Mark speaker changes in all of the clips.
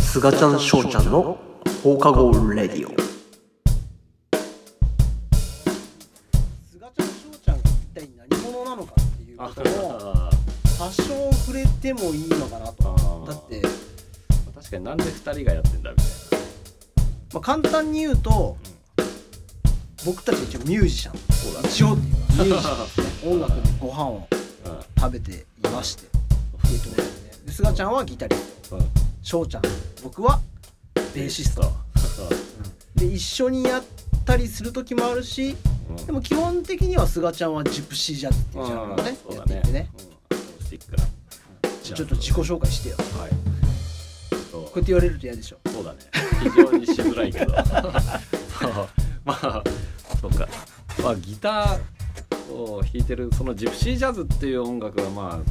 Speaker 1: すがちゃんしょうちゃんの放課後レディオ
Speaker 2: すがちゃんしょうちゃんが一体何者なのかっていうことも
Speaker 3: あ
Speaker 2: 多少触れてもいいのかなと
Speaker 3: あ
Speaker 2: だって、
Speaker 3: 確かになんで2人がやってんだみたい
Speaker 2: まあ、簡単に言うと
Speaker 3: な、
Speaker 2: 僕たち一応ミュージシャン
Speaker 3: そうだね
Speaker 2: 一応っていうかミュージシャンです ね音楽でご飯を食べていましてえっとで菅ちゃんはギタリスト
Speaker 3: うんうん
Speaker 2: しょうちゃん僕はベーシストで一緒にやったりする時もあるし
Speaker 3: うん
Speaker 2: でも基本的には菅ちゃんはジプシージャズっていうジャンルをね
Speaker 3: そう
Speaker 2: や
Speaker 3: だ
Speaker 2: っていてね
Speaker 3: うんアコースティックな
Speaker 2: ちょっと自己紹介してよこ
Speaker 3: はいそう
Speaker 2: うやって言われると嫌でしょ
Speaker 3: そうだね非常にしづらいけどそうまあそうかまあギターを弾いてるそのジプシージャズっていう音楽はまあ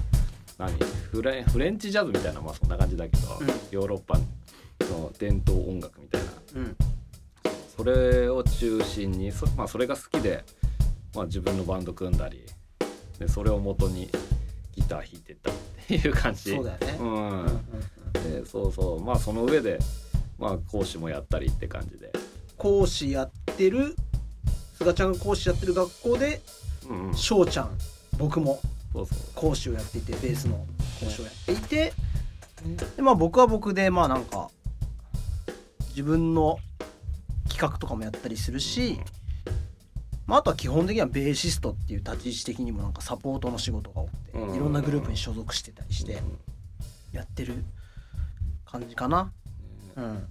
Speaker 3: 何フレンフレンチジャズみたいなまあそんな感じだけど、
Speaker 2: うん
Speaker 3: ヨーロッパの伝統音楽みたいな
Speaker 2: うん
Speaker 3: それを中心にそ,、まあ、それが好きで、まあ、自分のバンド組んだりでそれを元にギター弾いてったっていう感じ
Speaker 2: そうだよね
Speaker 3: うん、でそうそうまあその上で、まあ、講師もやったりって感じで、
Speaker 2: 講師やってる菅ちゃんが講師やってる学校で
Speaker 3: うんうん、そ
Speaker 2: 翔ちゃん僕も
Speaker 3: うそう
Speaker 2: 講師をやっていてベースの講師をやっていてでまあ僕は僕でまあなんか自分の企画とかもやったりするし、まあ、あとは基本的にはベーシストっていう立ち位置的にもなんかサポートの仕事が多くて
Speaker 3: うん
Speaker 2: いろんなグループに所属してたりし
Speaker 3: う
Speaker 2: て
Speaker 3: ん
Speaker 2: やってる感じかな。うん、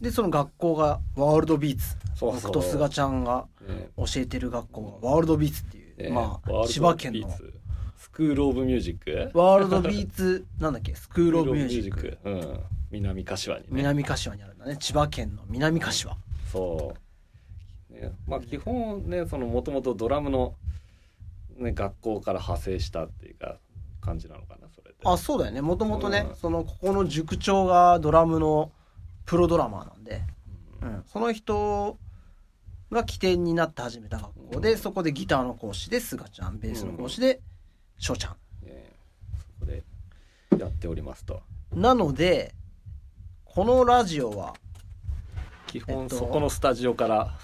Speaker 2: でその学校がワールドビーツ
Speaker 3: そうそ
Speaker 2: 僕
Speaker 3: う
Speaker 2: と菅ちゃんが
Speaker 3: ね
Speaker 2: 教えてる学校がワールドビーツっていう、
Speaker 3: ね
Speaker 2: ま
Speaker 3: ワールド
Speaker 2: あ、千葉県
Speaker 3: ビ
Speaker 2: の
Speaker 3: ーツスクール・オブ・ミュージック
Speaker 2: ワールドビーツなんだっけスクール・オブ・ミュージック
Speaker 3: スクールオブミュージックうん、南柏にね
Speaker 2: 南柏にあるんだね千葉県の南柏
Speaker 3: そう、ね、まあ基本ねそのもともとドラムの、ね、学校から派生したっていうか感じなのかなそれで
Speaker 2: あそうだよねもともとね
Speaker 3: うん
Speaker 2: そのここの塾長がドラムのプロドラマーなんで、うん、その人が起点になって始めた学校で、
Speaker 3: うん
Speaker 2: そこでギターの講師で菅ちゃんベースの講師で翔ちゃん
Speaker 3: ねそこでやっておりますと
Speaker 2: なのでこのラジオは
Speaker 3: 基
Speaker 2: えっ
Speaker 3: 本
Speaker 2: と
Speaker 3: そこのスタジオから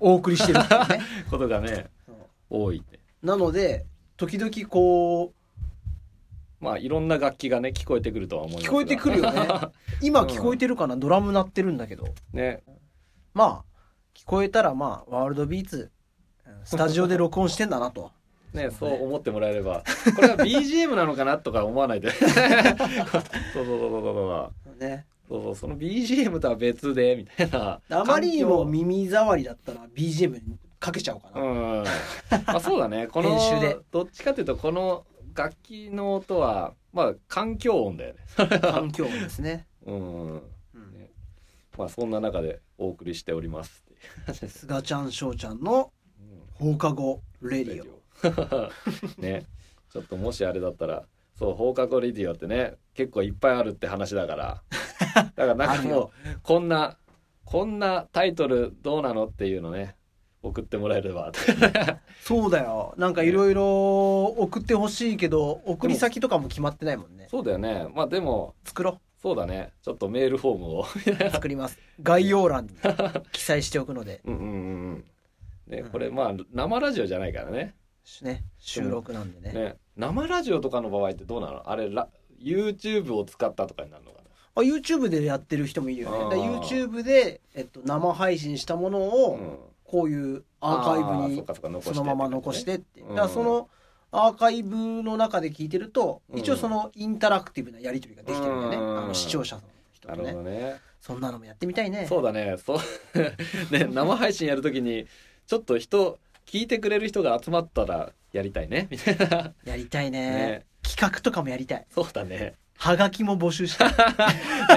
Speaker 2: お送りしてるっていうね
Speaker 3: ことがね
Speaker 2: そう
Speaker 3: 多いって
Speaker 2: なので時々こ
Speaker 3: まあいろんな楽器がね聞こえてくるとは思いうます
Speaker 2: 聞
Speaker 3: が
Speaker 2: こえてくるよ ね今聞こえてるかな、ドラム鳴ってるんだけど
Speaker 3: ね
Speaker 2: まあ聞こえたらまあワールドビーツうんスタジオで録音してんだなと
Speaker 3: ねそう思ってもらえれば これは BGM なのかなとか思わないで そうそうそうそうそう
Speaker 2: ね
Speaker 3: そうそうその BGM とは別でみたいな
Speaker 2: あまりにも
Speaker 3: 環境
Speaker 2: 耳障りだったら BGM にかけちゃおうかな、
Speaker 3: うん、あそうだ ねこの
Speaker 2: 編集で
Speaker 3: どっちかというとこの楽器の音はまあ環境音だよね
Speaker 2: 環境音ですね、
Speaker 3: うん
Speaker 2: うん
Speaker 3: ねまあそんな中でお送りしておりますっていう話です
Speaker 2: すがちゃんしょうちゃんの
Speaker 3: うん
Speaker 2: 放課後レディオ
Speaker 3: オ ねちょっともしあれだったらそう放課後レディオってね結構いっぱいあるって話だからだからなんかもうこんなこんなタイトルどうなのっていうのね送ってもらえれば
Speaker 2: そうだよなんかいろいろ送ってほしいけど送り先とかも決まってないもんね
Speaker 3: そうだよねまあでも
Speaker 2: 作ろ
Speaker 3: そうだねちょっとメールフォームを
Speaker 2: う作ります概要欄に記載しておくので
Speaker 3: うんうんうんうんね、
Speaker 2: うん
Speaker 3: これまあ生ラジオじゃないからね
Speaker 2: ね収録なん でね
Speaker 3: ね生ラジオとかの場合ってどうなのあれラ YouTube を使ったとかになるのか
Speaker 2: あ YouTube でやってる人もいるよね
Speaker 3: あ
Speaker 2: だ
Speaker 3: ー
Speaker 2: から YouTube で、えっと、生配信したもの
Speaker 3: な、
Speaker 2: を、
Speaker 3: ん、
Speaker 2: こういうアーカイブ
Speaker 3: あそっ
Speaker 2: に
Speaker 3: かそっか残して
Speaker 2: そのまま残してっ
Speaker 3: ね
Speaker 2: て
Speaker 3: う
Speaker 2: だ
Speaker 3: ん
Speaker 2: からそのアーカイブの中で聞いてると、
Speaker 3: うん
Speaker 2: 一応そのインタラクティブなやり取りができてるんだよね、
Speaker 3: うん
Speaker 2: あの視聴者の人
Speaker 3: な
Speaker 2: と
Speaker 3: るほ
Speaker 2: ね
Speaker 3: どね
Speaker 2: そんなのもやってみたいね
Speaker 3: そうだねそう ね生配信やるときにちょっと人聞いてくれる人が集まったらやりたいねみ たいな
Speaker 2: やりたいね
Speaker 3: ね
Speaker 2: 企画とかもやりたい
Speaker 3: そうだね
Speaker 2: はがきも募集 した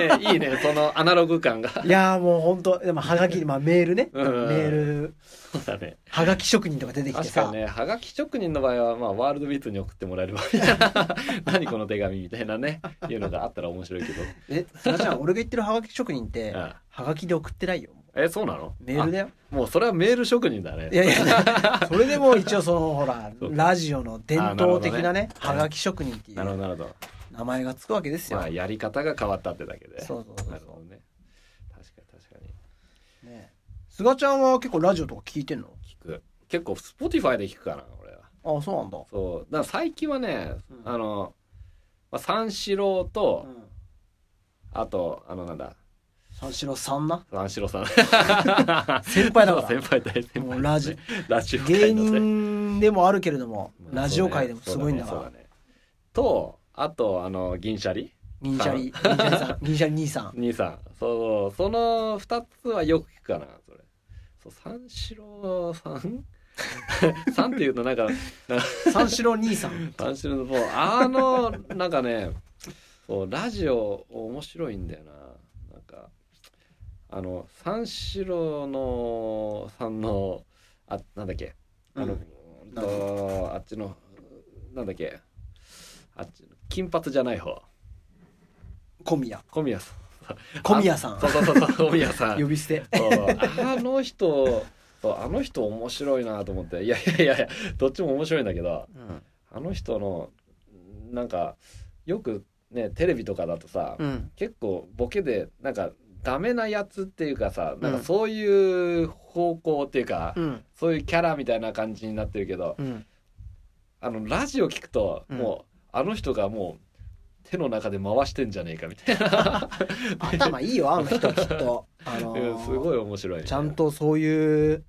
Speaker 2: い
Speaker 3: ねいいねそのアナログ感が
Speaker 2: いやーもうほんとでもはがき、まあ、メールね、
Speaker 3: うん
Speaker 2: メール
Speaker 3: そうだね
Speaker 2: はがき職人とか出てきて
Speaker 3: 確
Speaker 2: さ
Speaker 3: かにねはがき職人の場合は、まあ、ワールドビーツに送ってもらえれば みたいな何この手紙みたいなねいうのがあったら面白いけど
Speaker 2: えすがちゃん俺が言ってるはがき職人って
Speaker 3: ああ
Speaker 2: はがきで送ってないよ
Speaker 3: えそうなの
Speaker 2: メールだよ
Speaker 3: あもうそれはメール職人だね
Speaker 2: いやい やそれでも一応そのほら
Speaker 3: そうか
Speaker 2: ラジオの伝統的なね
Speaker 3: あなるほど
Speaker 2: は
Speaker 3: ね
Speaker 2: がき職人っていう
Speaker 3: なるほどなるほど
Speaker 2: 名前がつくわけですよ、
Speaker 3: まあやり方が変わったってだけで
Speaker 2: そうそうそう
Speaker 3: なるほどね確かに確かに
Speaker 2: ね菅ちゃんは結構ラジオとか聞いてんの
Speaker 3: 聞く結構 Spotify で聞くかな俺は
Speaker 2: ああそうなんだ、
Speaker 3: そうだから最近はね、
Speaker 2: うん
Speaker 3: あの、まあ、三四郎と、
Speaker 2: うん、
Speaker 3: あとあのなんだ
Speaker 2: 三四郎さ んな
Speaker 3: 三四郎 さん
Speaker 2: 先輩だから
Speaker 3: そう先輩大先
Speaker 2: も
Speaker 3: 輩
Speaker 2: うラジ
Speaker 3: ラジオ
Speaker 2: 芸
Speaker 3: 界のね
Speaker 2: 人でもあるけれども
Speaker 3: まあ
Speaker 2: ラジオ界でもすごいんだか
Speaker 3: そう
Speaker 2: ら
Speaker 3: ねそうだねとあとあの銀シャリ
Speaker 2: 銀シャリ銀シャリさん銀シ ャリ兄さん
Speaker 3: 兄さんそうその2つはよく聞くかなそれそう三四郎さん さんっていうとなんか
Speaker 2: 三四郎兄さん
Speaker 3: 三四郎のもうあのなんかねそうラジオ面白いんだよななんかあの三四郎のさんのあなんだっけあの、
Speaker 2: う
Speaker 3: うんんとあっちのなんだっけあっちの金髪じゃない方
Speaker 2: 小宮
Speaker 3: 小宮さん
Speaker 2: 小宮さん
Speaker 3: そうそうそうそう小宮さん
Speaker 2: 呼び捨て
Speaker 3: そうあの人そうあの人面白いなと思っていやいやいやいやどっちも面白いんだけど
Speaker 2: うん、
Speaker 3: あの人のなんかよくねテレビとかだとさ、結構ボケでなんかダメなやつっていうかさなん
Speaker 2: う
Speaker 3: か
Speaker 2: ん
Speaker 3: そういう方向っていうか、
Speaker 2: うん
Speaker 3: そういうキャラみたいな感じになってるけど
Speaker 2: うん
Speaker 3: あのラジオ聞くと、
Speaker 2: うん
Speaker 3: もうあの人がもう手の中で回してんじゃねえかみたいな、
Speaker 2: 頭いいよあの人きっとあのー
Speaker 3: すごい面白い、
Speaker 2: ちゃんとそういう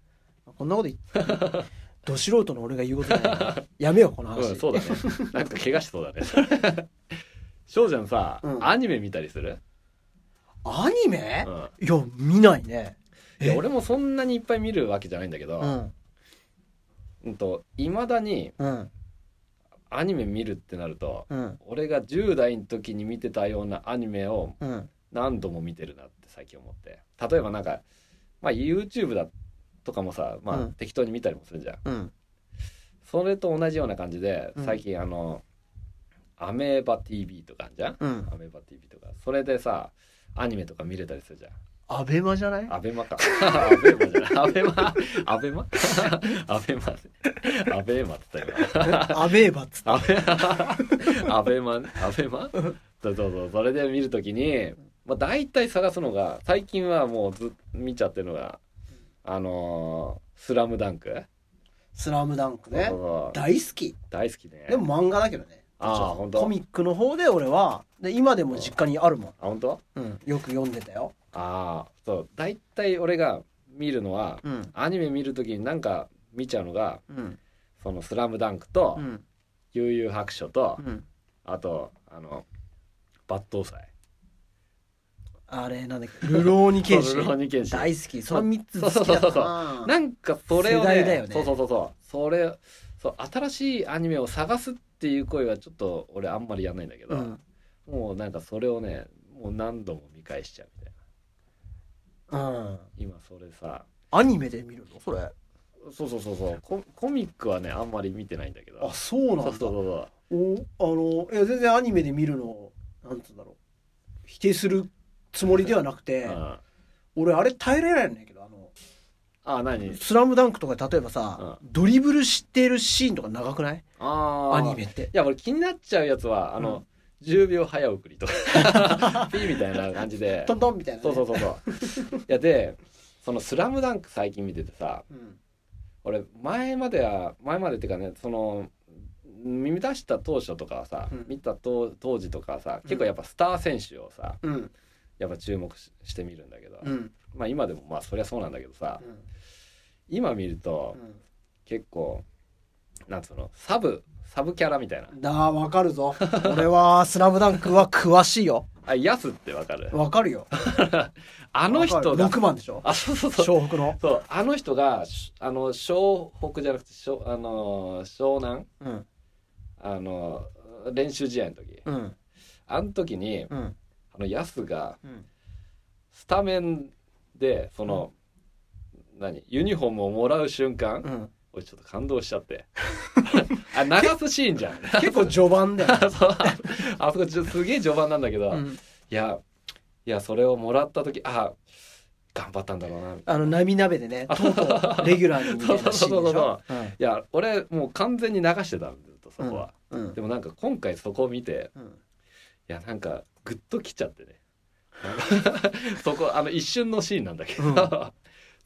Speaker 2: こんな こと言ってど素人の俺が言うことじゃないなやめようこの話、
Speaker 3: うん、そうだね。 なんか怪我しそうだね。翔ちゃんさ、
Speaker 2: うん
Speaker 3: アニメ見たりする、
Speaker 2: アニメ
Speaker 3: う、ん、
Speaker 2: いや見ないね
Speaker 3: いや俺もそんなにいっぱい見るわけじゃないんだけど、う
Speaker 2: うんん
Speaker 3: といまだに
Speaker 2: うん
Speaker 3: アニメ見るってなると
Speaker 2: うん
Speaker 3: 俺が10代の時に見てたようなアニメを
Speaker 2: うん
Speaker 3: 何度も見てるなって最近思って例えばなんか、まあ、YouTube だとかもさ、まあ
Speaker 2: うん
Speaker 3: 適当に見たりもするじゃん
Speaker 2: うん
Speaker 3: それと同じような感じで
Speaker 2: うん
Speaker 3: 最近あの、アメーバ TV とかあんじゃん
Speaker 2: うん
Speaker 3: アメーバ TV とかそれでさアニメとか見れたりするじゃん
Speaker 2: アベマじゃない
Speaker 3: アベマか。 アベマじゃない。アベマ。アベマ。 アベマ。アベマって言った今。
Speaker 2: アベーバっつって
Speaker 3: アベ マ。アベマ。アベマ。そうそうそう。それで見るときに、まあ、大体探すのが、最近はもうずっと見ちゃってるのが、あのースラムダンク。
Speaker 2: スラムダンクね
Speaker 3: そうそうそう
Speaker 2: 大好き
Speaker 3: 大好きね。
Speaker 2: でも漫画だけどね
Speaker 3: ああ、本当。
Speaker 2: コミックの方で俺はで今でも実家にあるもん、
Speaker 3: あ、本当
Speaker 2: うん、よく読んでたよ、
Speaker 3: ああ、そう。大体俺が見るのは、
Speaker 2: うん
Speaker 3: アニメ見るときになんか見ちゃうのが、
Speaker 2: うん
Speaker 3: そのスラムダンクと、
Speaker 2: ん
Speaker 3: 悠々白書と、
Speaker 2: うん、
Speaker 3: あとあの抜刀斎
Speaker 2: あれなんだっけルローニケンシ
Speaker 3: そうルローニケンシ
Speaker 2: 大好きその3つ好き
Speaker 3: そう
Speaker 2: だ
Speaker 3: そう
Speaker 2: っ
Speaker 3: そ
Speaker 2: た
Speaker 3: うそう
Speaker 2: な
Speaker 3: なんかそれ
Speaker 2: 世
Speaker 3: をね
Speaker 2: 代だよね
Speaker 3: そうそうそうそうそれそう新しいアニメを探すっていう声はちょっと俺あんまりやんないんだけど、
Speaker 2: うん
Speaker 3: もうなんかそれをねもう何度も見返しちゃうみたいな
Speaker 2: うん、
Speaker 3: 今それさ
Speaker 2: アニメで見るのそれあ
Speaker 3: そうそうそうそうココミックはねあんまり見てないんだけど
Speaker 2: そうなんだ
Speaker 3: そうそうそうそう
Speaker 2: おあのいや全然アニメで見るのをなんつうんだろう否定するつもりではなくて、
Speaker 3: うん
Speaker 2: 俺あれ耐えられないんだけどあの
Speaker 3: あ何
Speaker 2: 「スラムダンクとか例えばさ、ドリブルしてるシーンとか長くない
Speaker 3: あー
Speaker 2: アニメって
Speaker 3: いや俺気になっちゃうやつはあの、10秒早送りとか ピーみたいな感じで
Speaker 2: トントンみたいなね、
Speaker 3: そうそうそうそういやでその「スラムダンク最近見ててさ
Speaker 2: うん
Speaker 3: 俺前までは前までっていうかねその耳出した当初とかはさ、
Speaker 2: うん
Speaker 3: 見た当当時とかはさ結構やっぱスター選手をさ
Speaker 2: うん
Speaker 3: やっぱ注目ししてみるんだけど、
Speaker 2: うん
Speaker 3: まあ今でもまあそりゃそうなんだけどさ、
Speaker 2: うん
Speaker 3: 今見ると結構なんつうのサブサブキャラみたいな
Speaker 2: だーわかるぞ俺は「スラムダンクは詳しいよ
Speaker 3: あヤスってわかる
Speaker 2: わかるよ
Speaker 3: あ
Speaker 2: あ
Speaker 3: の人が
Speaker 2: 6番でしょ
Speaker 3: あそうそうそう
Speaker 2: 湘北の
Speaker 3: そうあの人がしあの湘北じゃなくて湘あのー湘南
Speaker 2: うん
Speaker 3: あの練習試合の時
Speaker 2: うん
Speaker 3: あの時に
Speaker 2: うん
Speaker 3: あのヤスが
Speaker 2: うん
Speaker 3: スタメンでその、何ユニフォームをもらう瞬間、
Speaker 2: うん
Speaker 3: 俺ちょっと感動しちゃって あ流すシーンじゃん
Speaker 2: 結構序盤だよね、
Speaker 3: そう あそこじゅすげえ序盤なんだけど、
Speaker 2: う
Speaker 3: い
Speaker 2: ん
Speaker 3: やいやそれをもらった時あ頑張ったんだろうなみたいな
Speaker 2: あの波鍋で ね、とうとうレギュラーにみたいなシーンでしょ。
Speaker 3: いや俺もう完全に流してたんだとそこは、
Speaker 2: うん
Speaker 3: でもなんか今回そこを見て
Speaker 2: うん
Speaker 3: やなんかグッときちゃってねなんか そこあの一瞬のシーンなんだけど、
Speaker 2: うん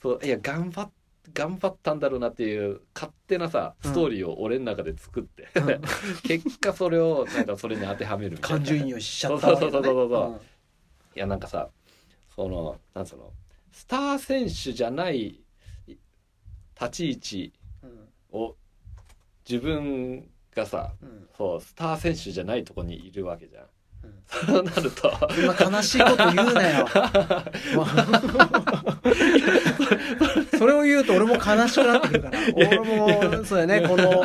Speaker 3: そういや頑張っ頑張ったんだろうなっていう勝手なさストーリーを俺の中で作って、
Speaker 2: うん
Speaker 3: 結果それをなんかそれに当てはめるみたいな
Speaker 2: 感情移入しちゃったわけだね
Speaker 3: そうそうそうそうそう
Speaker 2: うん
Speaker 3: いやなんかさそのなんつうのスター選手じゃないい立ち位置
Speaker 2: うん
Speaker 3: を自分がさ
Speaker 2: うん
Speaker 3: そうスター選手じゃないとこにいるわけじゃん。
Speaker 2: うん
Speaker 3: そうなると
Speaker 2: そんな悲しいこと言うなよそれを言うと俺も悲しくなってくるから俺もそうだねこの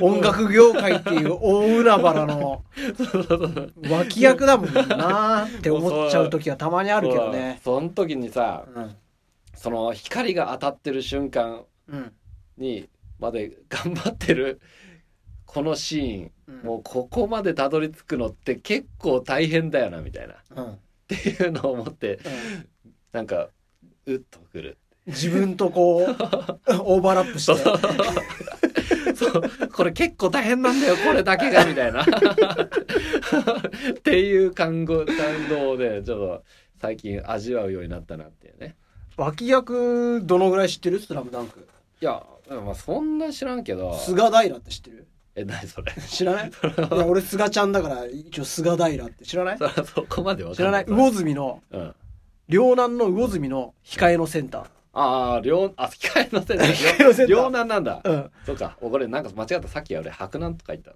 Speaker 2: 音楽業界っていう大海原の
Speaker 3: そうそうそう
Speaker 2: 脇役だもんなって思っちゃう時はたまにあるけどね
Speaker 3: そうその時にさ
Speaker 2: うん
Speaker 3: その光が当たってる瞬間
Speaker 2: うん
Speaker 3: にまで頑張ってる このシーン
Speaker 2: うん
Speaker 3: もうここまでたどり着くのって結構大変だよなみたいなっ
Speaker 2: うんうん
Speaker 3: ていうのを思ってなんかうっとくる
Speaker 2: 自分と こうオーバーラップ
Speaker 3: そう
Speaker 2: して
Speaker 3: そうこれ結構大変なんだよこれだけがみたいなっていう感動感動でちょっと最近味わうようになったなっていうね
Speaker 2: 脇役どのぐらい知ってるスラムダンク
Speaker 3: いやまあそんな知らんけど
Speaker 2: 菅平って知ってる
Speaker 3: え何それ
Speaker 2: 知らないいや俺菅ちゃんだから一応菅平って知らない
Speaker 3: そそこまでわ
Speaker 2: 知
Speaker 3: からん
Speaker 2: な
Speaker 3: ないい
Speaker 2: 魚住の
Speaker 3: うん、あ
Speaker 2: 両南の魚住の控えのセンタ
Speaker 3: あー両あ控え のせいだ
Speaker 2: えのせいだ
Speaker 3: 両南なんだ
Speaker 2: ーうん
Speaker 3: そうか俺なんか間違ったさっき俺白南とか言った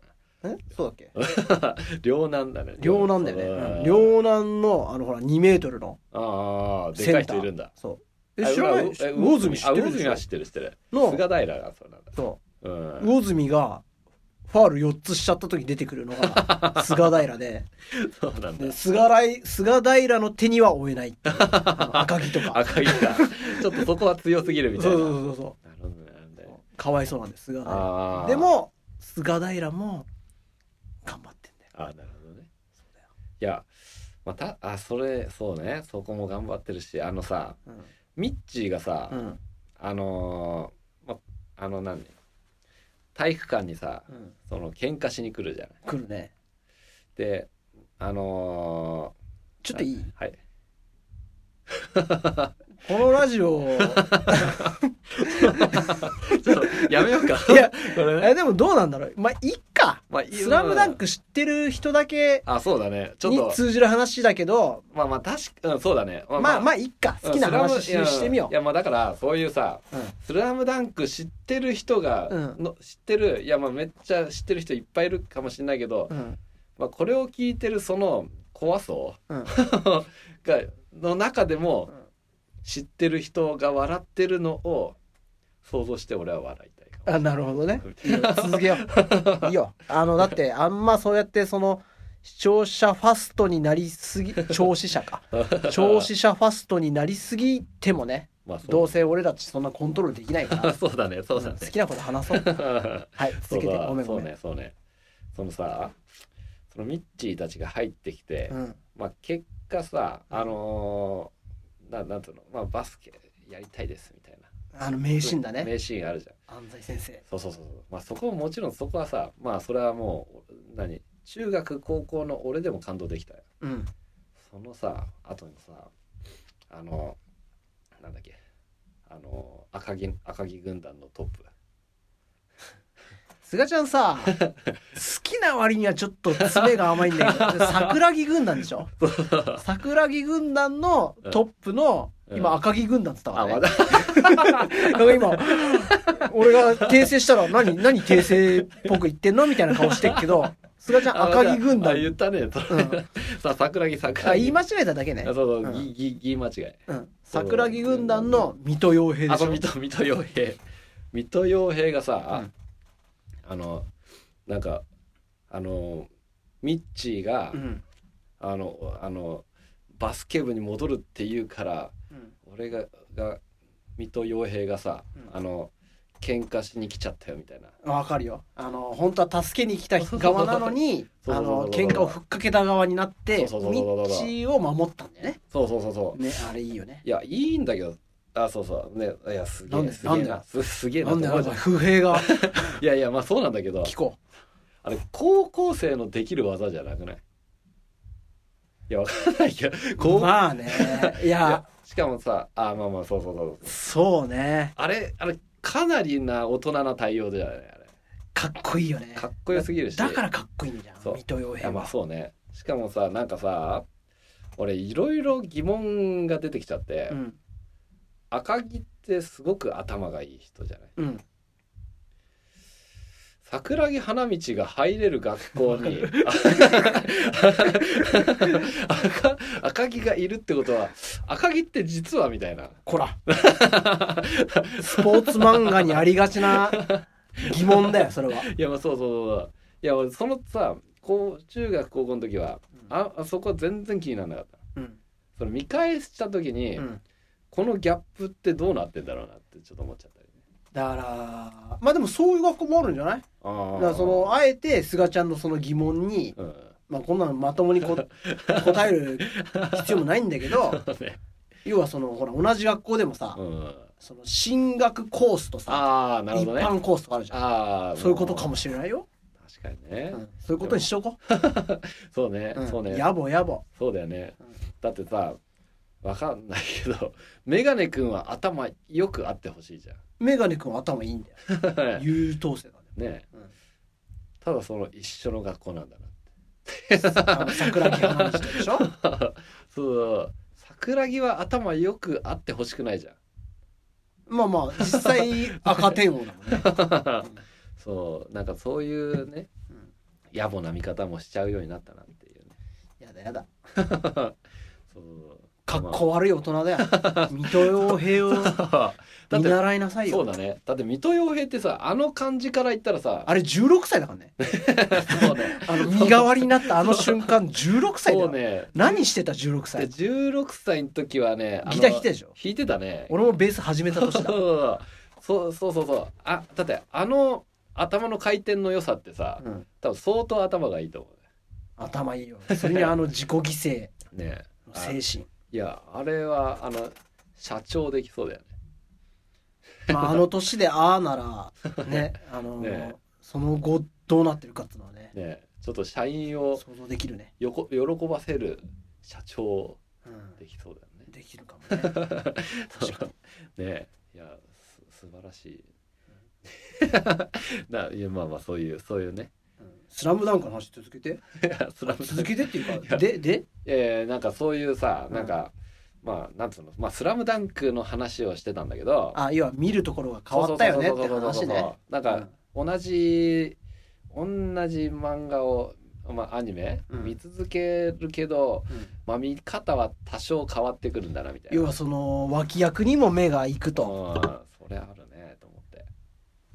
Speaker 2: えそうだっけ
Speaker 3: な両南だね
Speaker 2: 両南だよねうん、
Speaker 3: 両
Speaker 2: 両南のあのほら2メートルの
Speaker 3: ああで
Speaker 2: センタ
Speaker 3: か
Speaker 2: ー
Speaker 3: い人いるんだ
Speaker 2: そうえ知らない
Speaker 3: え
Speaker 2: 魚住知ってる
Speaker 3: あ
Speaker 2: で
Speaker 3: 魚住
Speaker 2: しょ
Speaker 3: は知ってる知ってる
Speaker 2: の
Speaker 3: 菅平がそうなんだ
Speaker 2: そううん魚住がファール4つしちゃった時出てくるのが 菅平で
Speaker 3: そうなんだ
Speaker 2: で菅らい菅平の手には負えない っていうあの赤木とか
Speaker 3: 赤い かちょっとそこは強すぎるみた
Speaker 2: そ
Speaker 3: いうな
Speaker 2: そうそうそ
Speaker 3: なるほどねなるほど
Speaker 2: う
Speaker 3: ね
Speaker 2: かわいそうなんです菅平
Speaker 3: あー
Speaker 2: でも菅平も頑張ってんだよ
Speaker 3: あーなるほどねいやまたあそれそうねそこも頑張ってるしあのさミッチーがさ、
Speaker 2: うんうん
Speaker 3: あのーまあの何体育館にさ
Speaker 2: うん
Speaker 3: その喧嘩しに来るじゃない
Speaker 2: 来るね
Speaker 3: であの
Speaker 2: ちょっといい
Speaker 3: ー はい
Speaker 2: このラジ オ
Speaker 3: ちょっとやめようか
Speaker 2: いや
Speaker 3: これね
Speaker 2: えでもどうなんだろうまあいっか
Speaker 3: まあ
Speaker 2: 「
Speaker 3: いい
Speaker 2: スラムダンク知ってる人だけ
Speaker 3: あそうだねちょっ
Speaker 2: に
Speaker 3: と
Speaker 2: 通じる話だけど
Speaker 3: まあまあ確かうんそうだねま
Speaker 2: まあまあいっか好きな話し
Speaker 3: うんスラムいや
Speaker 2: してみよ
Speaker 3: いやまあだからそういうさ
Speaker 2: う、
Speaker 3: 「スラムダンク知ってる人が、
Speaker 2: うん
Speaker 3: の知ってるいやまあめっちゃ知ってる人いっぱいいるかもしれないけど、
Speaker 2: うんうん
Speaker 3: まあ、これを聞いてるその怖そう
Speaker 2: ん
Speaker 3: がの中でも
Speaker 2: うん
Speaker 3: 知ってる人が笑ってるのを想像して俺は笑いたいかも
Speaker 2: あなるほどねいいよ 続けよ ういいよあのだってあんまそうやってその視聴者ファストになりすぎ聴取者 か聴取者ファストになりすぎてもね
Speaker 3: まあそう
Speaker 2: どうせ俺たちそんなコントロールできないから
Speaker 3: あ そうだねそうだね
Speaker 2: 好きなこと話そうはい 続
Speaker 3: そう
Speaker 2: けて
Speaker 3: だ
Speaker 2: ごめん
Speaker 3: そ
Speaker 2: ご
Speaker 3: う
Speaker 2: めん、
Speaker 3: ねそうねそのさそのミッチーたちが入ってきて、
Speaker 2: うん
Speaker 3: まあ結果さあのーななんていうのまあバスケやりたいですみたいな
Speaker 2: あの名シーンだね
Speaker 3: 名シーンあるじゃん
Speaker 2: 安西先生
Speaker 3: そうそうそうそうまあそこももちろんそこはさまあそれはもう何中学高校の俺でも感動できたよ
Speaker 2: うん
Speaker 3: そのさ後にさあのなんだっけあの赤木赤木軍団のトップ
Speaker 2: 菅ちゃん さ好きな割にはちょっと爪が甘いんだけど桜木軍団でし ょ桜木軍団のトップの、
Speaker 3: うん
Speaker 2: 今赤木軍団っつったから、
Speaker 3: あ
Speaker 2: ね
Speaker 3: まだ
Speaker 2: なんか今、俺が訂正したら何、何訂正っぽく言ってんのみたいな顔してっけど、菅ちゃん赤木軍
Speaker 3: あ
Speaker 2: 団。
Speaker 3: 言ったねそ
Speaker 2: う
Speaker 3: れ
Speaker 2: ん
Speaker 3: さ桜木桜木
Speaker 2: あ、言い間違えただけね
Speaker 3: あ。そうそううんぎぎぎ間違い
Speaker 2: うん桜木軍団の水戸洋平
Speaker 3: あ
Speaker 2: でし
Speaker 3: そう
Speaker 2: ょ
Speaker 3: 水。戸水戸洋平水戸洋平がさ、あのなんかあのミッチーが、
Speaker 2: うん
Speaker 3: あのあのバスケ部に戻るっていうから俺がが水戸洋平がさ、
Speaker 2: うん
Speaker 3: あの喧嘩しに来ちゃったよみたいな
Speaker 2: わかるよ。あの、本当は助けに来た側なのに、
Speaker 3: そ
Speaker 2: あ
Speaker 3: うそ
Speaker 2: の、
Speaker 3: うそう
Speaker 2: 喧嘩をふっかけた側になって、ミ
Speaker 3: そうそうそうそう
Speaker 2: ッチーを守ったんだよね。
Speaker 3: そうそうそうそう
Speaker 2: ね、あれいいよね。
Speaker 3: いやいいんだけどあそうそうねいやすげ
Speaker 2: なん
Speaker 3: え
Speaker 2: です
Speaker 3: げえ
Speaker 2: なん
Speaker 3: なすすげえな
Speaker 2: なんだよ、
Speaker 3: と
Speaker 2: な
Speaker 3: 思
Speaker 2: ん
Speaker 3: うじ
Speaker 2: だ
Speaker 3: ゃん
Speaker 2: よ不平が。
Speaker 3: いやいやまあそうなんだけど
Speaker 2: 聞こ
Speaker 3: あれ高校生のできる技じゃなくないいやわからないけどこう、
Speaker 2: まあねい
Speaker 3: い
Speaker 2: や
Speaker 3: やしかもさあまあまあそうそうそう
Speaker 2: そうね
Speaker 3: あれあれかなりな大人な対応だよねあれ
Speaker 2: かっこいいよね
Speaker 3: かっこよすぎるし
Speaker 2: だからかっこいいんじゃん
Speaker 3: そう
Speaker 2: 水戸洋
Speaker 3: いや
Speaker 2: 平
Speaker 3: まあ
Speaker 2: は
Speaker 3: そうねしかもさなんかさ俺いろいろ疑問が出てきちゃって、
Speaker 2: うん
Speaker 3: 赤木ってすごく頭がいい人じゃない
Speaker 2: うん
Speaker 3: 桜木花道が入れる学校に 赤 赤木がいるってことは赤木って実はみたいな
Speaker 2: こらスポーツ漫画にありがち な疑問だよそれはい
Speaker 3: やまあそうそうそうそういや俺そのさこう中学高校の時はああそこは全然気にならなかった
Speaker 2: うん
Speaker 3: それ見返した時に、
Speaker 2: うん
Speaker 3: このギャップってどうなってんだろうなってちょっと思っちゃったりね
Speaker 2: だからまあでもそういう学校もあるんじゃない
Speaker 3: あ
Speaker 2: だからそのあえて菅ちゃんのその疑問に、
Speaker 3: うん
Speaker 2: まあ、こんなのまともに こ答える必要もないんだけど
Speaker 3: そうね
Speaker 2: 要はそのほら同じ学校でもさ、
Speaker 3: うん
Speaker 2: その進学コースとさ、
Speaker 3: ああなる
Speaker 2: 一
Speaker 3: ほどね
Speaker 2: 般コースとかあるじゃん
Speaker 3: ああ
Speaker 2: そういうことか
Speaker 3: も
Speaker 2: もしれないよ、
Speaker 3: 確かにね、
Speaker 2: うんそういうことにしとこ
Speaker 3: そうね、
Speaker 2: う、うん
Speaker 3: そうね
Speaker 2: やぼやぼ
Speaker 3: そうだよね、
Speaker 2: うん
Speaker 3: だってさわかんないけど メガネくんは頭よくあってほしいじゃ
Speaker 2: メガネ君は頭いいんだよ
Speaker 3: ん ね
Speaker 2: 優等生なんだよ
Speaker 3: え
Speaker 2: うん
Speaker 3: ただその一緒の学校なんだな
Speaker 2: あの桜木花道とでしょ
Speaker 3: そう桜木は頭よくあってほしくないじゃん
Speaker 2: まあまあ実際赤天王だもんね、
Speaker 3: そうなんかそういうね、
Speaker 2: うん
Speaker 3: 野暮な見方もしちゃうようになったなっていうね
Speaker 2: やだやだ
Speaker 3: そう
Speaker 2: かっこ悪い大人だよ水戸洋平を
Speaker 3: だっ
Speaker 2: 見
Speaker 3: て
Speaker 2: 習いなさい
Speaker 3: そう
Speaker 2: よ
Speaker 3: だねだって水戸洋平ってさあの感じから言ったらさ
Speaker 2: あれ16歳だからね
Speaker 3: そうね
Speaker 2: あの身代わりになったあの瞬間16歳だ
Speaker 3: そ
Speaker 2: よ、
Speaker 3: うね
Speaker 2: 何してた16歳
Speaker 3: で16歳の時はねあの
Speaker 2: ギター弾いてたでしょ
Speaker 3: 弾いてたね
Speaker 2: 俺もベース始めた年だ
Speaker 3: そうそうそうそうあだってあの頭の回転の良さってさ、
Speaker 2: うん
Speaker 3: 多分相当頭がいいと思
Speaker 2: 頭いいよそれにあの自己犠牲
Speaker 3: うねね
Speaker 2: の
Speaker 3: あ
Speaker 2: 精
Speaker 3: いやあれはあの社長できそうだよね
Speaker 2: 神、まあ、あの年でああならねあの
Speaker 3: ねえ
Speaker 2: その後どうなってるかっていうのはね
Speaker 3: ねちょっと社員を
Speaker 2: 想像できるね、
Speaker 3: よこ喜ばせる社長
Speaker 2: うん
Speaker 3: できそうだよね
Speaker 2: できるかもね確か
Speaker 3: ねいやす素晴らし いないやまあまあそういうそういう ね
Speaker 2: スラムダンクの話続けて
Speaker 3: いやスラムダンク
Speaker 2: 続けてって いうかでで
Speaker 3: えー、なんかそういうさ
Speaker 2: うん
Speaker 3: なんか、まあなんつうのまあ「スラムダンクの話をしてたんだけど
Speaker 2: あ要は見るところが変わったよねって
Speaker 3: そうそうそうそ
Speaker 2: 話
Speaker 3: うそう
Speaker 2: ね
Speaker 3: なんか同じ同じ漫画をまあアニメ、
Speaker 2: うん
Speaker 3: 見続けるけど、
Speaker 2: うん
Speaker 3: まあ、見方は多少変わってくるんだなみたいな
Speaker 2: 要はその脇役にも目が行くと
Speaker 3: うんそれあるねと思って、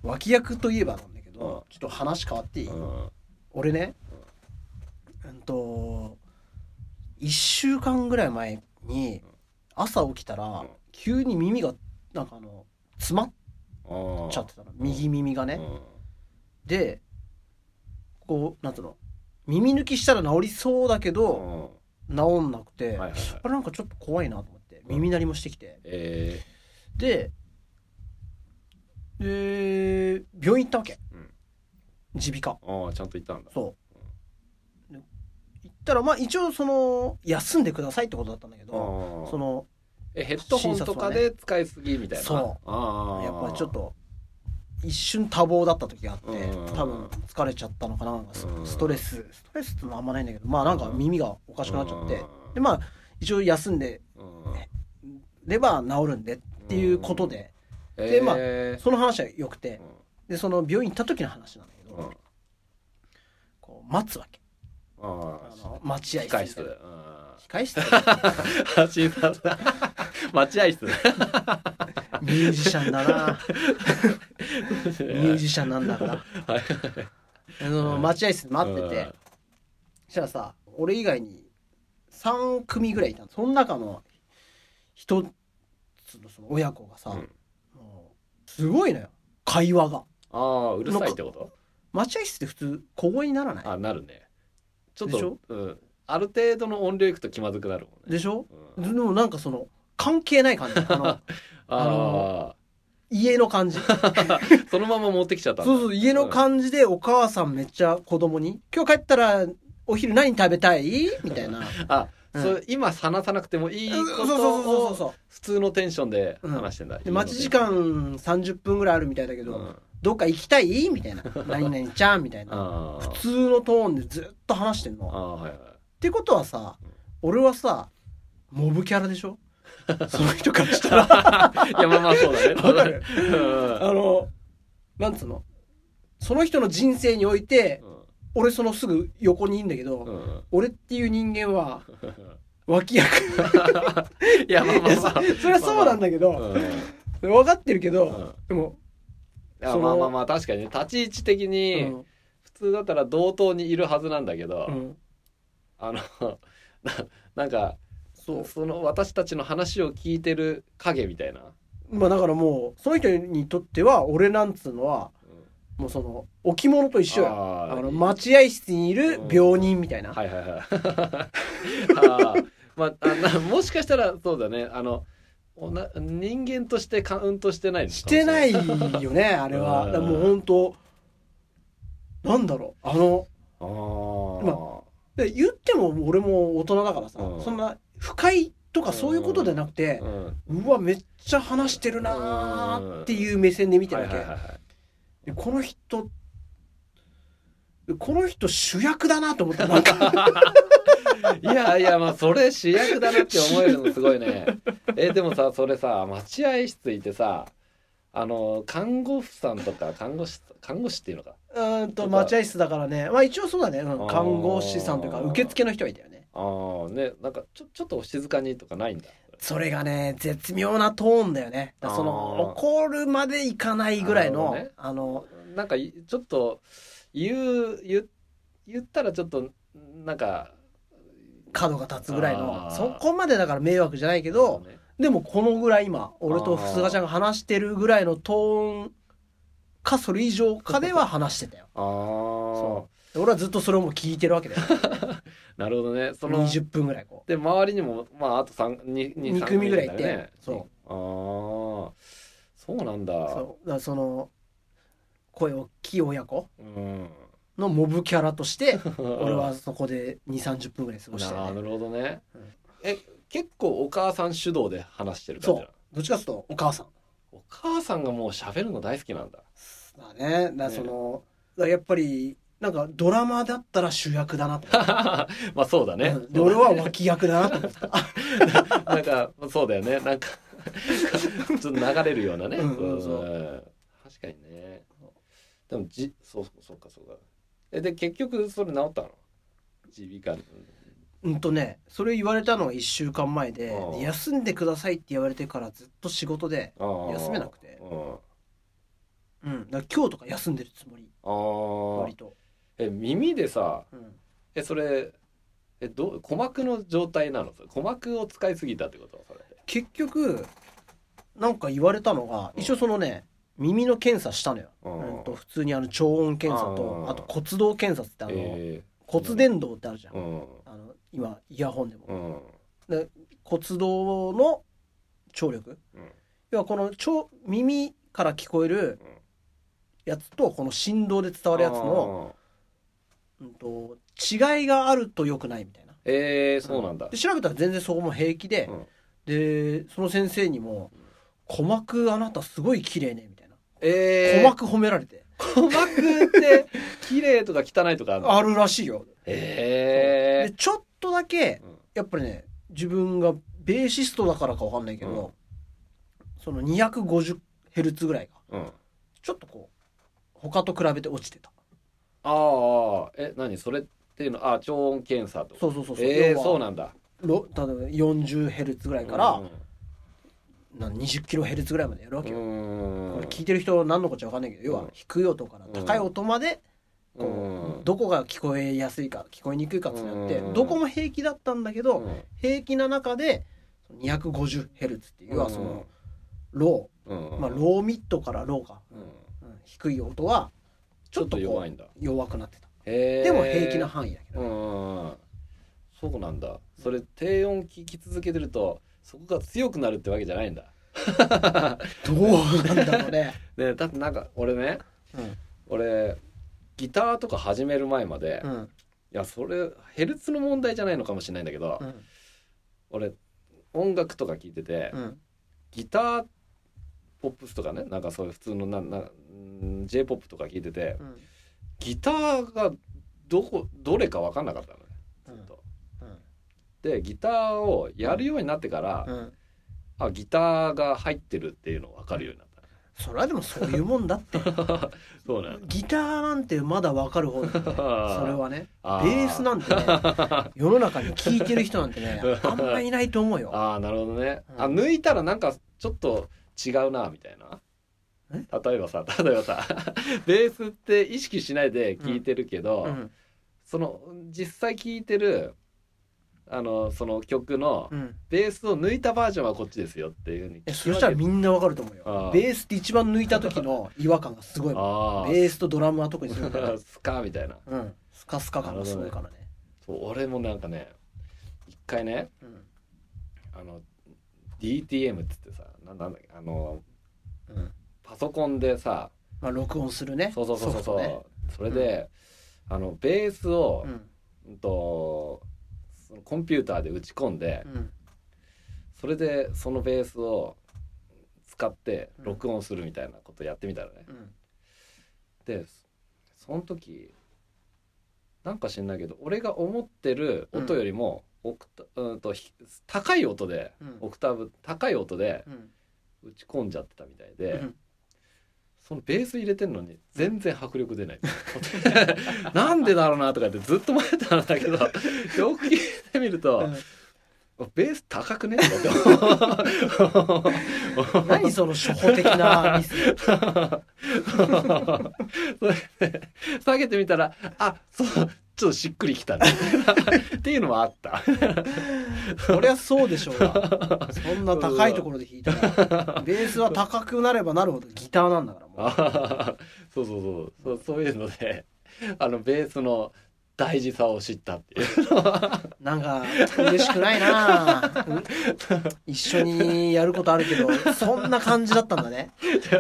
Speaker 2: 脇役といえばなんだけど、
Speaker 3: うん
Speaker 2: ちょっと話変わっていい、
Speaker 3: うん、
Speaker 2: 俺ねうんと1週間ぐらい前に朝起きたら
Speaker 3: ん
Speaker 2: 急に耳がなんかあの詰まっちゃってたの右耳がねでこうなんていうの耳抜きしたら治りそうだけ
Speaker 3: うん、
Speaker 2: ど治んなく
Speaker 3: う
Speaker 2: て
Speaker 3: ん、はいはいはい
Speaker 2: あれなんかちょっと怖いなと思って耳鳴りもしてきて
Speaker 3: え
Speaker 2: でで病院行ったわけ
Speaker 3: うん
Speaker 2: 耳鼻科
Speaker 3: ー、ああちゃんと言ったんだ
Speaker 2: そうで行ったらまあ一応その休んでくださいってことだったんだけどそ
Speaker 3: の
Speaker 2: の
Speaker 3: えヘッドホンとかで使いすぎみたいな、
Speaker 2: そう
Speaker 3: ああ
Speaker 2: やっぱちょっと一瞬多忙だった時があって
Speaker 3: うん
Speaker 2: 多分疲れちゃったのかななんかス
Speaker 3: うん
Speaker 2: ストレスストレスってのはあんまないんだけどまあなんか耳がおかしくなっちゃって
Speaker 3: うん
Speaker 2: でまあ一応休んで
Speaker 3: うん
Speaker 2: ねれば治るんでっていうことででまあ
Speaker 3: えー
Speaker 2: その話はよくて
Speaker 3: う
Speaker 2: でその病院行った時の話なんだけ
Speaker 3: んうん
Speaker 2: どこう待つわけ
Speaker 3: あ
Speaker 2: あ
Speaker 3: あ
Speaker 2: の待合
Speaker 3: 控
Speaker 2: 室
Speaker 3: 室
Speaker 2: で
Speaker 3: う
Speaker 2: 控室
Speaker 3: ん新さんだ待 合室
Speaker 2: ミュージシャンだなミュージシャンなんだ から
Speaker 3: はい
Speaker 2: あの待合室で待っててそしたらさ俺以外に3組ぐらいいたのその中の一つのその親子がさ、
Speaker 3: うん
Speaker 2: もうすごいのよ会話が
Speaker 3: ああうるさいってこと
Speaker 2: 待合室って普通小声にならない
Speaker 3: あなるねちょっ
Speaker 2: でしょ
Speaker 3: とうんある程度の音量いくと気まずくなるもんね
Speaker 2: でしょ
Speaker 3: う
Speaker 2: で
Speaker 3: ん
Speaker 2: もなんかその関係ない感じあ の
Speaker 3: あ
Speaker 2: 家の感じ
Speaker 3: あそのまま持ってきちゃったんだ
Speaker 2: そうそう家の感じでお母さんめっちゃ子供に「今日帰ったらお昼何食べたい?」みたいな
Speaker 3: あ
Speaker 2: うん
Speaker 3: そう今話さなくてもいい
Speaker 2: そう
Speaker 3: こ
Speaker 2: そうそうそう
Speaker 3: とを
Speaker 2: そ
Speaker 3: 普通のテンションで話してんだ、
Speaker 2: うで待ち時間30分ぐらいあるみたいだけ
Speaker 3: う
Speaker 2: ど、
Speaker 3: ん、
Speaker 2: どっか行きたいみたい な「何々ちゃん」みたいな
Speaker 3: あ
Speaker 2: 普通のトーンでずっと話してんの
Speaker 3: あ
Speaker 2: っ
Speaker 3: あはいはい
Speaker 2: てことはさ
Speaker 3: うん
Speaker 2: 俺はさモブキャラでしょ その人からしたら
Speaker 3: いやまあまあそうだ ね
Speaker 2: わかる
Speaker 3: うんうん
Speaker 2: あのなんつうのその人の人生において俺そのすぐ横にいんだけど、
Speaker 3: うんうん
Speaker 2: 俺っていう人間は脇役
Speaker 3: いやまあまあまあ
Speaker 2: それはそうなんだけど、
Speaker 3: うんうん
Speaker 2: 分かってるけど、
Speaker 3: うん
Speaker 2: でも、
Speaker 3: いや
Speaker 2: その
Speaker 3: まあまあまあ確かにね立ち位置的
Speaker 2: う
Speaker 3: に
Speaker 2: ん
Speaker 3: 普通だったら同等にいるはずなんだけど、
Speaker 2: うん
Speaker 3: あの ななんか
Speaker 2: そ
Speaker 3: その私たちの話を聞いてる影みたいな、
Speaker 2: うまあだからもうその人にとっては俺なんつうのはもうその置物と一緒やあ
Speaker 3: あー
Speaker 2: の待合室にいる病人みたいな、
Speaker 3: はいはいはい あーまああなもしかしたらそうだねあのおな人間としてカウントしてないのかも
Speaker 2: し
Speaker 3: れ
Speaker 2: てないよねあれは
Speaker 3: うん
Speaker 2: だからもう本当なんだろうあの
Speaker 3: あ
Speaker 2: で言っても俺も大人だからさ、
Speaker 3: うん
Speaker 2: そんな不快とかそういうことじゃなくて
Speaker 3: ー、うん
Speaker 2: うわめっちゃ話してるなーっていう目線で見て
Speaker 3: は
Speaker 2: る
Speaker 3: い
Speaker 2: わ
Speaker 3: はい
Speaker 2: け、
Speaker 3: はいはい
Speaker 2: でこの人この人主役だなと思ったなん か
Speaker 3: いやいやまあそれ主役だなって思えるのすごいね えでもさそれさ待合室いてさあの看護婦さんとか看護師看護師っていうのか
Speaker 2: うーんと待合室だからねまあ一応そうだね、うん、
Speaker 3: あー
Speaker 2: 看護師さんというか受付の人はいたよね
Speaker 3: ああねなんかちょちょっとお静かにとかないんだ
Speaker 2: それがね絶妙なトーンだよねだからその
Speaker 3: あー
Speaker 2: 怒るまでいかないぐらいの、
Speaker 3: なるほどね
Speaker 2: あの
Speaker 3: なんかいちょっと言う言言ったらちょっとなんか
Speaker 2: 角が立つぐらいの
Speaker 3: あー
Speaker 2: そこまでだから迷惑じゃないけど
Speaker 3: そうね
Speaker 2: でもこのぐらい今俺とすがちゃんが話してるぐらいのトーンかそれ以上かでは話してた よ
Speaker 3: ああ
Speaker 2: そで俺はずっとそれをもう聞いてるわけだよ
Speaker 3: なるほどねその
Speaker 2: 20分ぐらいこう。
Speaker 3: で周りにもまああと三二二
Speaker 2: 二
Speaker 3: 三
Speaker 2: 組ぐらいい
Speaker 3: だ
Speaker 2: て
Speaker 3: よね
Speaker 2: そう
Speaker 3: ああそうなんだ
Speaker 2: そうだからその声大きい親子
Speaker 3: うん
Speaker 2: のモブキャラとして 俺
Speaker 3: 俺
Speaker 2: はそこで2 3 0分ぐらい過ごして、
Speaker 3: な
Speaker 2: ね、
Speaker 3: るほどね
Speaker 2: うん
Speaker 3: え結構お母さん主導で話してる感じなの
Speaker 2: どっちかっていうとお母さん
Speaker 3: お母さんがもう喋るの大好きなんだ
Speaker 2: だねだからその、だからやっぱりなんかドラマだったら主役だなと思っ
Speaker 3: まあそうだ
Speaker 2: た、
Speaker 3: ね
Speaker 2: うんで俺は脇役だなと思った、
Speaker 3: なんかそうだよねなんかちょっと流れるようなね
Speaker 2: うんうんそうん
Speaker 3: 確かにねでもじそうそうかそうかえで結局それ治ったの耳鼻科
Speaker 2: うんとねそれ言われたのは1週間前で
Speaker 3: ああ
Speaker 2: で休んでくださいって言われてからずっと仕事で、
Speaker 3: あー
Speaker 2: 休めなくて
Speaker 3: うん、
Speaker 2: うん、だから今日とか休んでるつもり
Speaker 3: あー
Speaker 2: 割と、
Speaker 3: え耳でさ
Speaker 2: うん、
Speaker 3: えそれえどう鼓膜の状態なのそれ鼓膜を使いすぎたってことそれ
Speaker 2: 結局なんか言われたのが
Speaker 3: うん
Speaker 2: 一応そのね耳の検査したのよ、
Speaker 3: う
Speaker 2: うんんと普通にあの超音検査
Speaker 3: う
Speaker 2: と
Speaker 3: ん
Speaker 2: あと骨動検査ってあの、
Speaker 3: え
Speaker 2: 骨伝導ってあるじゃん、
Speaker 3: ー、うん
Speaker 2: あの今イヤホンでも、
Speaker 3: うん
Speaker 2: 骨動の聴力
Speaker 3: うん
Speaker 2: 要はこの聴耳から聞こえる
Speaker 3: うん
Speaker 2: やつとこの振動で伝わるやつの、うん、と違いがあると良くないみたいな
Speaker 3: あーえー、そうなんだ、
Speaker 2: で調べたら全然そこも平気で、
Speaker 3: うん
Speaker 2: でその先生にも「鼓膜あなたすごい綺麗ね」みたいな
Speaker 3: え
Speaker 2: 鼓膜褒められて
Speaker 3: 鼓膜って綺麗とか汚いとかあるの
Speaker 2: あるらしいよ、
Speaker 3: え
Speaker 2: でちょっとだけ
Speaker 3: え
Speaker 2: やっぱりね自分がベーシストだからかわかんないけど、その 250Hz ぐらいが
Speaker 3: うんうん
Speaker 2: ちょっとこう他と比べて落ちてた
Speaker 3: ああえ何それっていうのあ超音検査と
Speaker 2: そうそうそうそう、
Speaker 3: ええ
Speaker 2: 要は
Speaker 3: そうなんだ
Speaker 2: ろ例えば 40Hz ぐらいから、なん、20kHz ぐらいまでやるわ
Speaker 3: う
Speaker 2: け
Speaker 3: ん
Speaker 2: よ、
Speaker 3: うん
Speaker 2: これ聞いてる人何のこっちゃわかんないけど要
Speaker 3: う
Speaker 2: は
Speaker 3: ん
Speaker 2: 低い音から高い音まで、こう
Speaker 3: うん
Speaker 2: どこが聞こえやすいか聞こえにくいかってなって
Speaker 3: うん
Speaker 2: どこも平気だったんだけ
Speaker 3: う
Speaker 2: ど
Speaker 3: ん
Speaker 2: 平気な中で 250Hz っていう要はそのロ
Speaker 3: うん
Speaker 2: ーまあローミッドからローか
Speaker 3: うん
Speaker 2: うん低い音は
Speaker 3: ちょっ
Speaker 2: ちょ
Speaker 3: と
Speaker 2: っとこう
Speaker 3: 弱いんだ
Speaker 2: 弱くなってた
Speaker 3: へえ
Speaker 2: でも平気な範囲だけ
Speaker 3: う
Speaker 2: ど
Speaker 3: んそうなんだそれ低音聞き続けてるとそこが強くなるってわけじゃないんだ
Speaker 2: どうなんだろうね
Speaker 3: ねだってなんか俺ね
Speaker 2: うん
Speaker 3: 俺ギターとか始める前まで、
Speaker 2: うん
Speaker 3: いやそれヘルツの問題じゃないのかもしれないんだけど、
Speaker 2: うん
Speaker 3: 俺音楽とか聞いてて、
Speaker 2: うん
Speaker 3: ギターポップスとかねなんかそういう普通のなな j p o p とか聞いてて
Speaker 2: うん
Speaker 3: ギターがどこどれか分かんなかったのねずっと。でギターをやるようになってから、
Speaker 2: うんうん
Speaker 3: あギターが入ってるっていうの分かるようになったね。
Speaker 2: それはでもそういうもんだって
Speaker 3: そうなんだ
Speaker 2: ギターなんてまだわかる方だよねそれはね
Speaker 3: あ
Speaker 2: ベースなんてね世の中に聴いてる人なんてねあんまいないと思うよ
Speaker 3: あーなるほどね、
Speaker 2: うん
Speaker 3: あ抜いたらなんかちょっと違うなみたいな
Speaker 2: え
Speaker 3: 例えばさ 例えばさベースって意識しないで聞いてるけど、
Speaker 2: うん
Speaker 3: その実際聞いてるあのその曲の
Speaker 2: うん
Speaker 3: ベースを抜いたバージョンはこっちですよっていうふうに
Speaker 2: えそしたらみんなわかると思う
Speaker 3: あ
Speaker 2: よ
Speaker 3: ー
Speaker 2: ベースって一番抜いた時の違和感がすごいもん
Speaker 3: あ
Speaker 2: ベースとドラムは特にすごいから
Speaker 3: あスカみたいな
Speaker 2: うんスカスカ感がすごいからね
Speaker 3: そう俺もなんかね一回ね
Speaker 2: うん
Speaker 3: あの DTM っつってさななんだっけあの
Speaker 2: うん
Speaker 3: パソコンでさ
Speaker 2: まあ録音するね
Speaker 3: そうそうそうそう
Speaker 2: ソ
Speaker 3: そう、
Speaker 2: フトね
Speaker 3: それで、あのベースを
Speaker 2: う、ん
Speaker 3: うんとそのコンピューターで打ち込んで、
Speaker 2: うん
Speaker 3: それでそのベースを使って
Speaker 2: うん
Speaker 3: 録音するみたいなことやってみたのね、
Speaker 2: うん
Speaker 3: でその時なんか知んないけど俺が思ってる音よりも、オクタうんとひ高い音で、
Speaker 2: うん
Speaker 3: オクターブ高い音で
Speaker 2: うん
Speaker 3: 打ち込んじゃってたみたいで、
Speaker 2: うん
Speaker 3: そのベース入れてんのに全然迫力出ない なんでだろうなとかってずっと迷ったんだけどよく聞いてみると、ベース高くね
Speaker 2: う
Speaker 3: とかって
Speaker 2: ん何その初歩的なミス
Speaker 3: それで下げてみたらあそうちょっとしっくりきたねっていうのもあった
Speaker 2: そりゃそうでしょうがそんな高いところで弾いたらベースは高くなればなるほどギターなんだからもう
Speaker 3: あそうそうそうそうそういうのであのベースの大事さを知ったっていう
Speaker 2: なんか嬉しくないなあうん一緒にやることあるけどそんな感じだったんだね
Speaker 3: ちょっ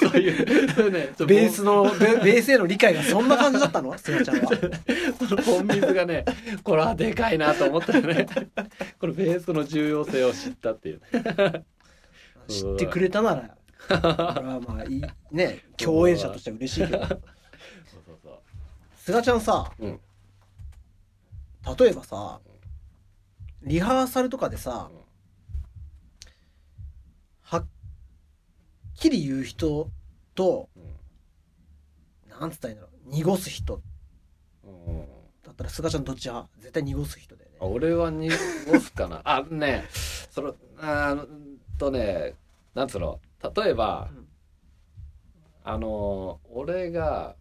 Speaker 3: とそういうそういうねちょっと
Speaker 2: ベースのベベースへの理解がそんな感じだったのすがちゃんは
Speaker 3: その本水が ねこれはでかいなと思ったよねこれベースの重要性を知ったっていう
Speaker 2: 知ってくれたなら俺はまあいいね共演者としては嬉しいけど
Speaker 3: そうそうそう
Speaker 2: すがちゃんさ、
Speaker 3: うん
Speaker 2: 例えばさリハーサルとかでさ、
Speaker 3: うん
Speaker 2: はっきり言う人となんつったらいいんだろう濁す人
Speaker 3: うんうん
Speaker 2: だったらすがちゃんどっち派絶対濁す人だよね
Speaker 3: あ俺は濁すかなあねそのあーうんとねなんつうの例えば、
Speaker 2: うん
Speaker 3: あのー俺が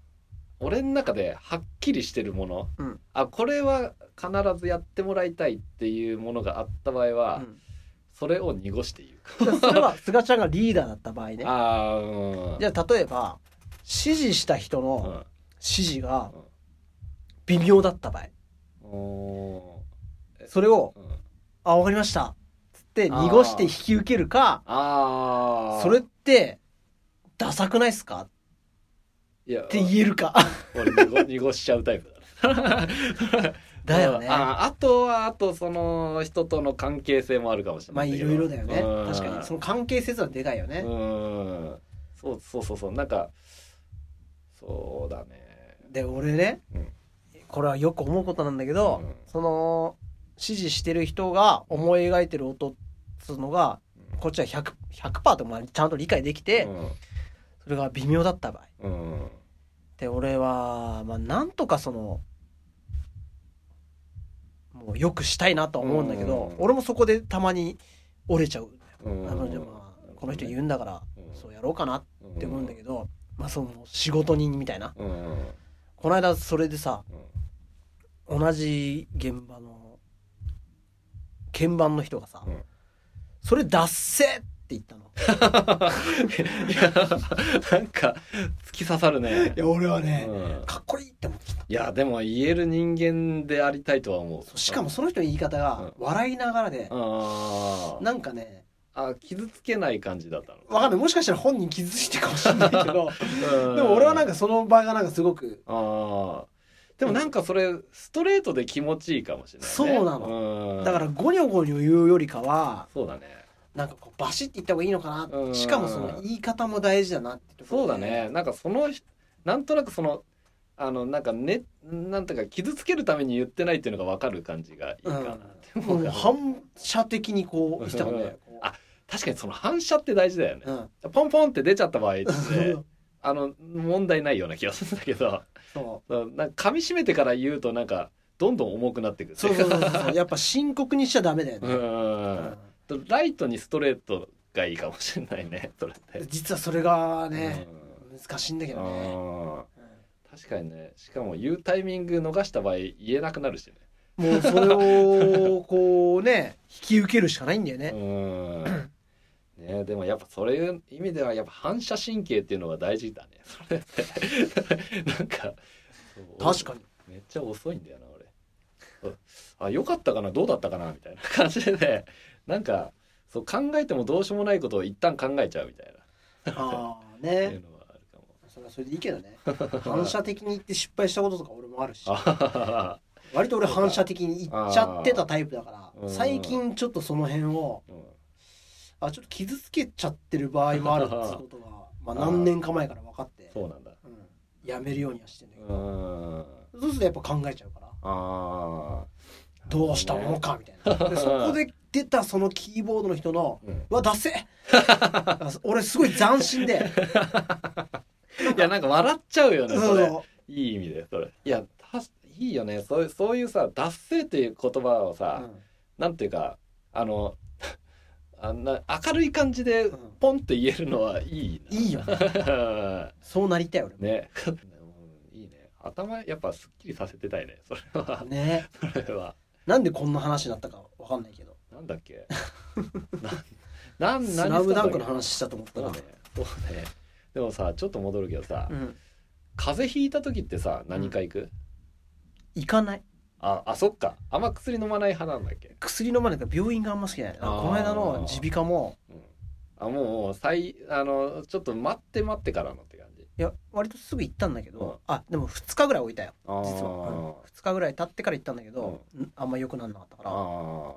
Speaker 3: 俺の中ではっきりしてるもの、
Speaker 2: うん
Speaker 3: あこれは必ずやってもらいたいっていうものがあった場合は、
Speaker 2: うん
Speaker 3: それを濁して言
Speaker 2: だ
Speaker 3: うか
Speaker 2: からそれは すがちゃんがリーダーだった場合ねじゃ
Speaker 3: ああうん
Speaker 2: あ例えば指示した人
Speaker 3: う
Speaker 2: の
Speaker 3: ん
Speaker 2: 指示が微妙だった場合
Speaker 3: おー
Speaker 2: それを
Speaker 3: うん
Speaker 2: 「あわかりました」つって濁して引き受けるか
Speaker 3: ああ
Speaker 2: それってダサくないっすか
Speaker 3: いや
Speaker 2: って言えるか
Speaker 3: 俺濁濁しちゃうタイプだ
Speaker 2: だよね
Speaker 3: ああとはあとその人との関係性もあるかもしれ
Speaker 2: ま
Speaker 3: な
Speaker 2: あ
Speaker 3: い
Speaker 2: い
Speaker 3: んけど
Speaker 2: ろいろだよね
Speaker 3: うん
Speaker 2: 確かにその関係性とはでかいよね
Speaker 3: うんそうそうそうそうなんかそうだね
Speaker 2: で俺ね、
Speaker 3: うん
Speaker 2: これはよく思うことなんだけど、
Speaker 3: うん
Speaker 2: その支持してる人が思い描いてる音っつうのが
Speaker 3: うん
Speaker 2: こっちは 100%, 100%ともちゃんと理解できて、それが微妙だった場合
Speaker 3: うんうん
Speaker 2: で俺はまあなんとかそのもうよくしたいなとは思うんだけど、
Speaker 3: うん
Speaker 2: 俺もそこでたまに折れちゃう、
Speaker 3: うん
Speaker 2: あのじゃあまあこの人言うんだから、
Speaker 3: うん
Speaker 2: そうやろうかなっ
Speaker 3: う
Speaker 2: て思うんだけど、まあその仕事人みたいな
Speaker 3: どうんうん
Speaker 2: この間それでさ同じ現場の鍵盤の人がさ、
Speaker 3: うん
Speaker 2: それ脱せって言ったの
Speaker 3: いやなんか突き刺さるね
Speaker 2: いや俺はね、
Speaker 3: うん
Speaker 2: かっこいいって思ってきた
Speaker 3: いやでも言える人間でありたいとは思
Speaker 2: そううしかもその人の言い方が笑いながらで、
Speaker 3: あー
Speaker 2: なんかね
Speaker 3: あ傷つけない感じだったの
Speaker 2: わかんないもしかしたら本人傷 ついてるかもしれないけど
Speaker 3: で
Speaker 2: でも俺はなん
Speaker 3: か
Speaker 2: かその場がなんかすごく
Speaker 3: ああでもなんかそれストレートで気持ちいいかもしれない、ね、
Speaker 2: そうな
Speaker 3: の
Speaker 2: だからゴニョゴニョ言うよりかは
Speaker 3: そうだね
Speaker 2: なんかこうバシッて言った方がいいのか
Speaker 3: う
Speaker 2: なんしかもその言い方も大事だなってとこ
Speaker 3: そう
Speaker 2: ろで
Speaker 3: だねなんかそのなんとなくそのあのなんかねなんていうか傷つけるために言ってないっていうのが分かる感じがいいかな、
Speaker 2: うん、
Speaker 3: でも
Speaker 2: もう反射的にこう言ってたもんねこう
Speaker 3: あ確かにその反射って大事だよね、
Speaker 2: うん
Speaker 3: ポンポンって出ちゃった場合って
Speaker 2: そう
Speaker 3: あの問題ないような気がするんだけど
Speaker 2: そう
Speaker 3: なんか噛み締めてから言うとなんかどんどん重くなってくる
Speaker 2: そうそうそうそうやっぱ深刻にしちゃダメだよ
Speaker 3: う
Speaker 2: ね、
Speaker 3: んライトにストレートがいいかもしれないね それって
Speaker 2: うん実はそれがね、難しいんだけ
Speaker 3: うん
Speaker 2: どね、
Speaker 3: 確かにねしかも言うタイミング逃した場合言えなくなるしね
Speaker 2: もうそれをこうね引き受けるしかないんだよね、
Speaker 3: うんねでもやっぱそういう意味ではやっぱ反射神経っていうのが大事だね それってなんかそう
Speaker 2: 確か に
Speaker 3: めっちゃ遅いんだよな俺あ良かったかなどうだったかなみたいな感じでねなんかそう考えてもどうしようもないことを一旦考えちゃうみたい
Speaker 2: ああ
Speaker 3: なってい
Speaker 2: ね
Speaker 3: うのはあるかも
Speaker 2: それはそれでいいけどね反射的に言って失敗したこととか俺もあるし
Speaker 3: あははは
Speaker 2: 割と俺反射的に言っちゃってたタイプだか
Speaker 3: う
Speaker 2: ら
Speaker 3: ん
Speaker 2: 最近ちょっとその辺を
Speaker 3: うん
Speaker 2: あちょっと傷つけちゃってる場合もあるっていうこと がまあ何年か前から分かって、
Speaker 3: そうなんだ
Speaker 2: うんやめるようにはしてんだけ
Speaker 3: う
Speaker 2: ど、
Speaker 3: ん
Speaker 2: そうするとやっぱ考えちゃうから
Speaker 3: あ
Speaker 2: どうしたものかみたい なでそこで出たそのキーボードの人の
Speaker 3: ー、うん
Speaker 2: うわダ セ俺すごい斬新で
Speaker 3: いやなんか笑っちゃうよね
Speaker 2: そ
Speaker 3: そうれ
Speaker 2: そ
Speaker 3: いい意味でそれいやたいいよねそういうそういうさ「脱性」っていう言葉を
Speaker 2: う、
Speaker 3: さ、なんていうかあの あんな明るい感じで
Speaker 2: うん
Speaker 3: ポンって言えるのはいい
Speaker 2: うんいいよ
Speaker 3: な
Speaker 2: そうなりたい俺も
Speaker 3: ねうんいいね頭やっぱすっきりさせてたいねそれは
Speaker 2: ね
Speaker 3: それは
Speaker 2: なんでこんな話になったかわかんないけど
Speaker 3: なんだっ けな
Speaker 2: 「
Speaker 3: んなん
Speaker 2: ス
Speaker 3: 何した
Speaker 2: ラ
Speaker 3: んだっけ
Speaker 2: ムダンクの話したと思った
Speaker 3: そう
Speaker 2: ら、
Speaker 3: ねそうねでもさちょっと戻るけどさ、
Speaker 2: うん、
Speaker 3: 風邪ひいた時ってさ何か行く、
Speaker 2: 行かない
Speaker 3: ああそっかあんま薬飲まない派なんだっけ
Speaker 2: 薬飲まないから病院があんま好きじゃないこ
Speaker 3: あー
Speaker 2: の間の耳鼻科も
Speaker 3: うんあもう最あのちょっと待って待ってからのって感じ
Speaker 2: いや割とすぐ行ったんだけど、
Speaker 3: うん
Speaker 2: あでも2日ぐらい置いたよ
Speaker 3: あー
Speaker 2: 実は、うん、2日ぐらい経ってから行ったんだけど、んあんま良くなんなかったから
Speaker 3: あーそ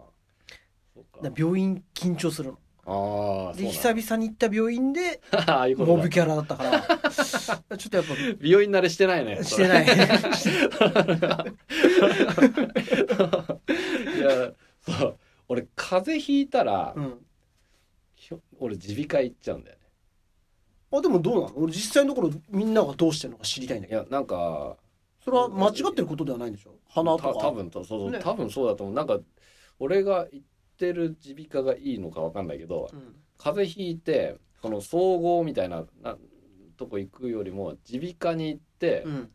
Speaker 3: っ
Speaker 2: だか
Speaker 3: か
Speaker 2: ら病院緊張するの
Speaker 3: ああ
Speaker 2: で久々に行った病院で
Speaker 3: 々 ああいうこと
Speaker 2: モ
Speaker 3: だ
Speaker 2: ブキャラだったから ちょっとやっぱ
Speaker 3: 美容院慣れしてないね
Speaker 2: して ない
Speaker 3: いやそう俺風邪ひいた ら、
Speaker 2: うん
Speaker 3: ひょ俺耳鼻科行っちゃうんだよね
Speaker 2: あでもどうなの俺実際のところみんながどうしてるのか知りたいんだ
Speaker 3: い
Speaker 2: けど
Speaker 3: やなんか
Speaker 2: それは間違ってることではないんでしょ鼻とか
Speaker 3: た多分そうそう、
Speaker 2: ね
Speaker 3: 多分そうだと思うなんか俺が行ってる耳鼻科がいいのかわかんないけど、
Speaker 2: うん
Speaker 3: 風邪ひいてその総合みたいななとこ行くよりも耳鼻科に行って、
Speaker 2: うん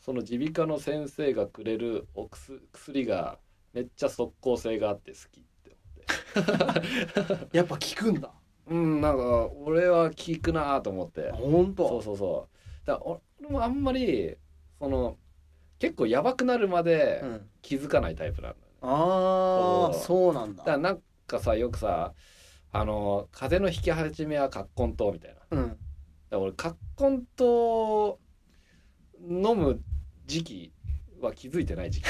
Speaker 3: その耳鼻科の先生がくれるお薬薬がめっちゃ即効性があって好きって
Speaker 2: やっぱ聞くんだ
Speaker 3: うんなんか俺は効くなと思って
Speaker 2: 本
Speaker 3: そう
Speaker 2: 当
Speaker 3: そうそうだから俺もあんまりその結構やばくなるまで
Speaker 2: うん
Speaker 3: 気づかないタイプなんだよね
Speaker 2: ああ
Speaker 3: そ
Speaker 2: そ
Speaker 3: う
Speaker 2: うなん
Speaker 3: だから
Speaker 2: だ
Speaker 3: なんかさよくさあの風邪の引き始めは葛根湯みたい
Speaker 2: う
Speaker 3: な
Speaker 2: ん
Speaker 3: だから俺カッコンと飲む時期は気づい てない時期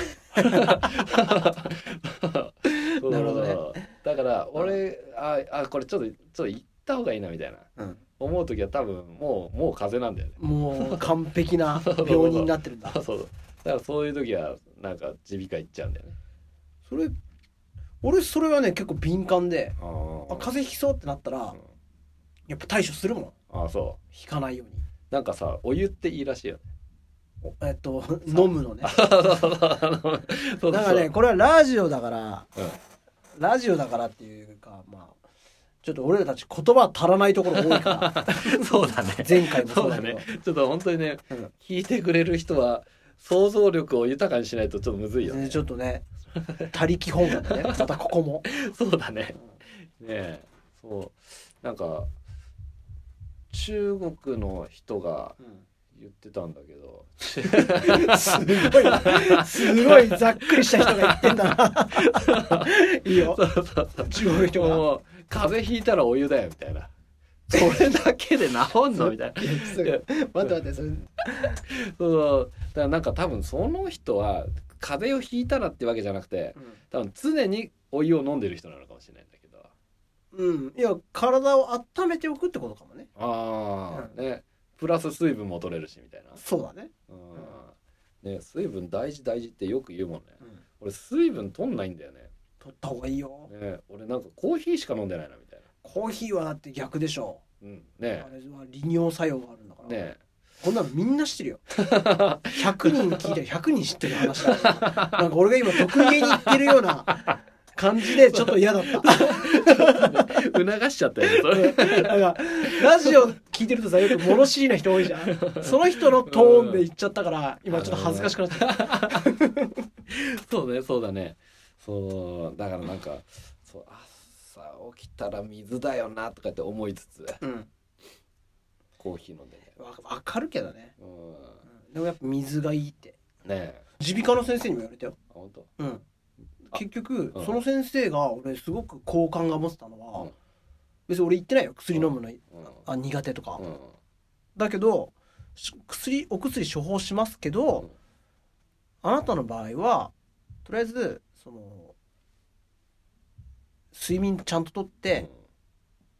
Speaker 3: そう
Speaker 2: なるほど
Speaker 3: だから俺ああこれちょっとちょっと行った方がいいなみたいな
Speaker 2: うん
Speaker 3: 思う時は多分もうもう風邪なんだよね
Speaker 2: もう完璧 な病人になってるんだ
Speaker 3: そうそうだからそういう時はなんか耳鼻科行っちゃうんだよね
Speaker 2: それ俺それはね結構敏感で
Speaker 3: あ
Speaker 2: あ風邪ひきそうってなったらやっぱ対処するもん
Speaker 3: あそ
Speaker 2: 引かないように
Speaker 3: うなんかさお湯っていいらしいよね
Speaker 2: おえっと飲むのね
Speaker 3: そうそうそうあのそうそう
Speaker 2: だからねこれはラジオだから、
Speaker 3: うん
Speaker 2: ラジオだからっていうかまあちょっと俺らたち言葉足らないところ多いから
Speaker 3: そうだ ね
Speaker 2: 前回もそ
Speaker 3: そうう
Speaker 2: だ
Speaker 3: だ
Speaker 2: けど
Speaker 3: ね。ちょっと本当にね、
Speaker 2: うん
Speaker 3: 聞いてくれる人は想像力を豊かにしないとちょっとむずいよね。
Speaker 2: ちょっとね他力本願 でねまたここも
Speaker 3: そうだね。ねえ、そうなんか中国の人が言ってたんだけど、
Speaker 2: すごいなすごいざっくりした人が言ってんだないい よ中国の人が
Speaker 3: もう風邪ひいたらお湯だよみたいな。そ れだけで治んのみたいな。
Speaker 2: いやちょっと待って待ってそれ
Speaker 3: そうからなんか多分その人は風邪をひいたらってわけじゃなくて多分常にお湯を飲んでる人なのかもしれないんだけど
Speaker 2: うん、いや体を温めておくってことかもね
Speaker 3: あ
Speaker 2: う
Speaker 3: あねプラス水分も取れるしみたいな
Speaker 2: そうだね、
Speaker 3: うんね水分大事大事ってよく言うもんね俺水分取んないんだよね
Speaker 2: 取った方がいいよ
Speaker 3: ね俺なんかコーヒーしか飲んでないなみたいな
Speaker 2: コーヒーはだって逆でしょ
Speaker 3: うんね
Speaker 2: あれは利尿作用があるんだから、
Speaker 3: ね
Speaker 2: こんなのみんな知ってる よ100人聞いて100人知ってる話だからなんか俺が今得意げに言ってるような感じでちょっと嫌だった
Speaker 3: 促しちゃったよねそれ
Speaker 2: なんかラジオ聞いてるとさよく物知りな人多いじゃんその人のトーンで言っちゃったから今ちょっと恥ずかしくなっちゃった
Speaker 3: そうねそうだねそうだからなんかそう朝起きたら水だよなとかって思いつつ
Speaker 2: うん
Speaker 3: コーヒー飲んでね
Speaker 2: わわかるけどね
Speaker 3: うん
Speaker 2: でもやっぱ水がいいって
Speaker 3: ねえ
Speaker 2: 耳鼻科の先生にも言われたよ
Speaker 3: あ本当
Speaker 2: うん
Speaker 3: あ
Speaker 2: 結局、
Speaker 3: うん
Speaker 2: その先生が俺すごく好感が持ってたのは、
Speaker 3: うん
Speaker 2: 別に俺言ってないよ薬飲むの、
Speaker 3: う
Speaker 2: あ苦手とか、
Speaker 3: んうん
Speaker 2: だけどし薬お薬処方しますけど、
Speaker 3: うん
Speaker 2: あなたの場合はとりあえずその睡眠ちゃんととって、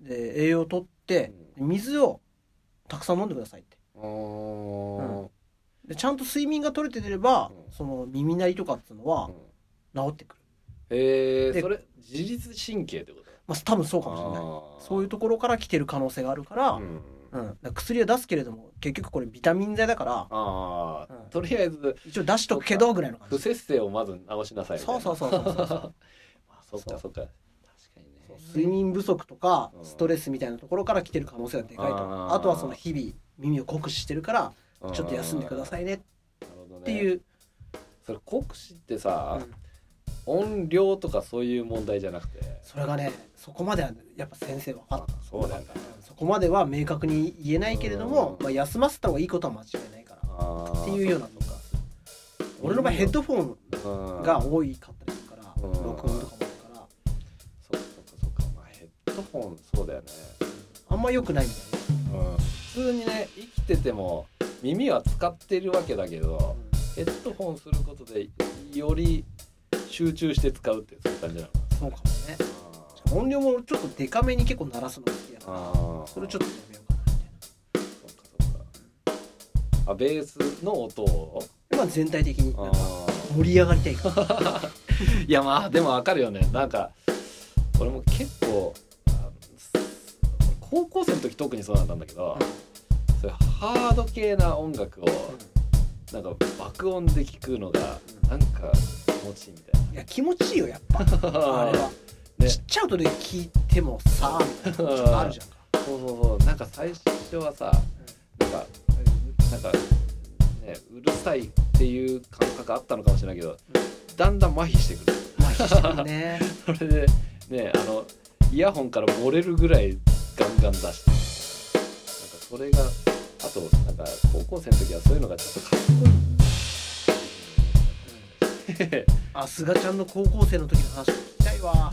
Speaker 2: で栄養とって水をたくさん飲んでくださいって
Speaker 3: うん
Speaker 2: うんでちゃんと睡眠が取れてれば、
Speaker 3: うん
Speaker 2: その耳鳴りとかっていうのは
Speaker 3: うん
Speaker 2: 治ってくる、
Speaker 3: へえ
Speaker 2: で
Speaker 3: それ自律神経ってこと
Speaker 2: まあ、多分そうかもしれないそういうところから来てる可能性があるから,、う
Speaker 3: あーうんん
Speaker 2: だから薬は出すけれども結局これビタミン剤だから
Speaker 3: あー
Speaker 2: うん
Speaker 3: とりあえず
Speaker 2: 一応出しとくけどぐらいの感
Speaker 3: 不
Speaker 2: じ
Speaker 3: 節制をまず直しなさいみたい
Speaker 2: そ
Speaker 3: な
Speaker 2: うそうそうそうそうそう
Speaker 3: あそっかそっか確かにね
Speaker 2: 睡眠不足とか
Speaker 3: うん
Speaker 2: ストレスみたいなところから来てる可能性がでかいと
Speaker 3: あー
Speaker 2: あとはその日々耳を酷使してるからちょっと休んでくだ
Speaker 3: い
Speaker 2: さいねっ
Speaker 3: なるほどね
Speaker 2: ていう、
Speaker 3: それ国士って
Speaker 2: う
Speaker 3: さ、
Speaker 2: ん
Speaker 3: 音量とかそういう問題じゃなくて
Speaker 2: それがねそこまではやっぱ先生分かっ
Speaker 3: あそうなんだ
Speaker 2: そこまでは明確に言えないけれども、
Speaker 3: うん
Speaker 2: まあ、休ませた方がいいことは間違いないから
Speaker 3: あ
Speaker 2: っていうようなのが俺の場合ヘッドフォン
Speaker 3: が
Speaker 2: が多いかったりするから
Speaker 3: うん
Speaker 2: 録音とかもあるから
Speaker 3: そっかそっかまあヘッドホンそうだよね、
Speaker 2: あんま良くないみたい
Speaker 3: うん、普通にね生きてても耳は使ってるわけだけどヘッドホンすることでより集中して使うってそういう感じなの
Speaker 2: なそうかもね音量もちょっとデカめに結構鳴らすのが好きだから
Speaker 3: ああ
Speaker 2: それちょ
Speaker 3: ょ
Speaker 2: っとやめようかなみたいな。
Speaker 3: っとそっかそっかあベースの音を
Speaker 2: まあ、全体的になんか
Speaker 3: ああ
Speaker 2: 盛り上がりたいから
Speaker 3: いやまあでもわかるよねなんか俺も結構あ高校生の時特にそうだったんだけど、そういうハード系な音楽をなんか爆音で聴くのがなんか気持ちいいみたい
Speaker 2: いや気持ちいいよやっぱあれは、
Speaker 3: ね
Speaker 2: ちっちゃい音で聞いてもさあみたいなのちょっとあるじゃんか
Speaker 3: な そうそうそうなんか最初はさなんかなんか、ね、うるさいっていう感覚あったのかもしれないけどだんだん麻痺してくる
Speaker 2: まあしてるね
Speaker 3: それでねあのイヤホンから漏れるぐらいガンガン出してなんかそれがあとなんか高校生の時はそういうのがちょっとかっこいい
Speaker 2: あすがちゃんの高校生の時の話聞きたいわ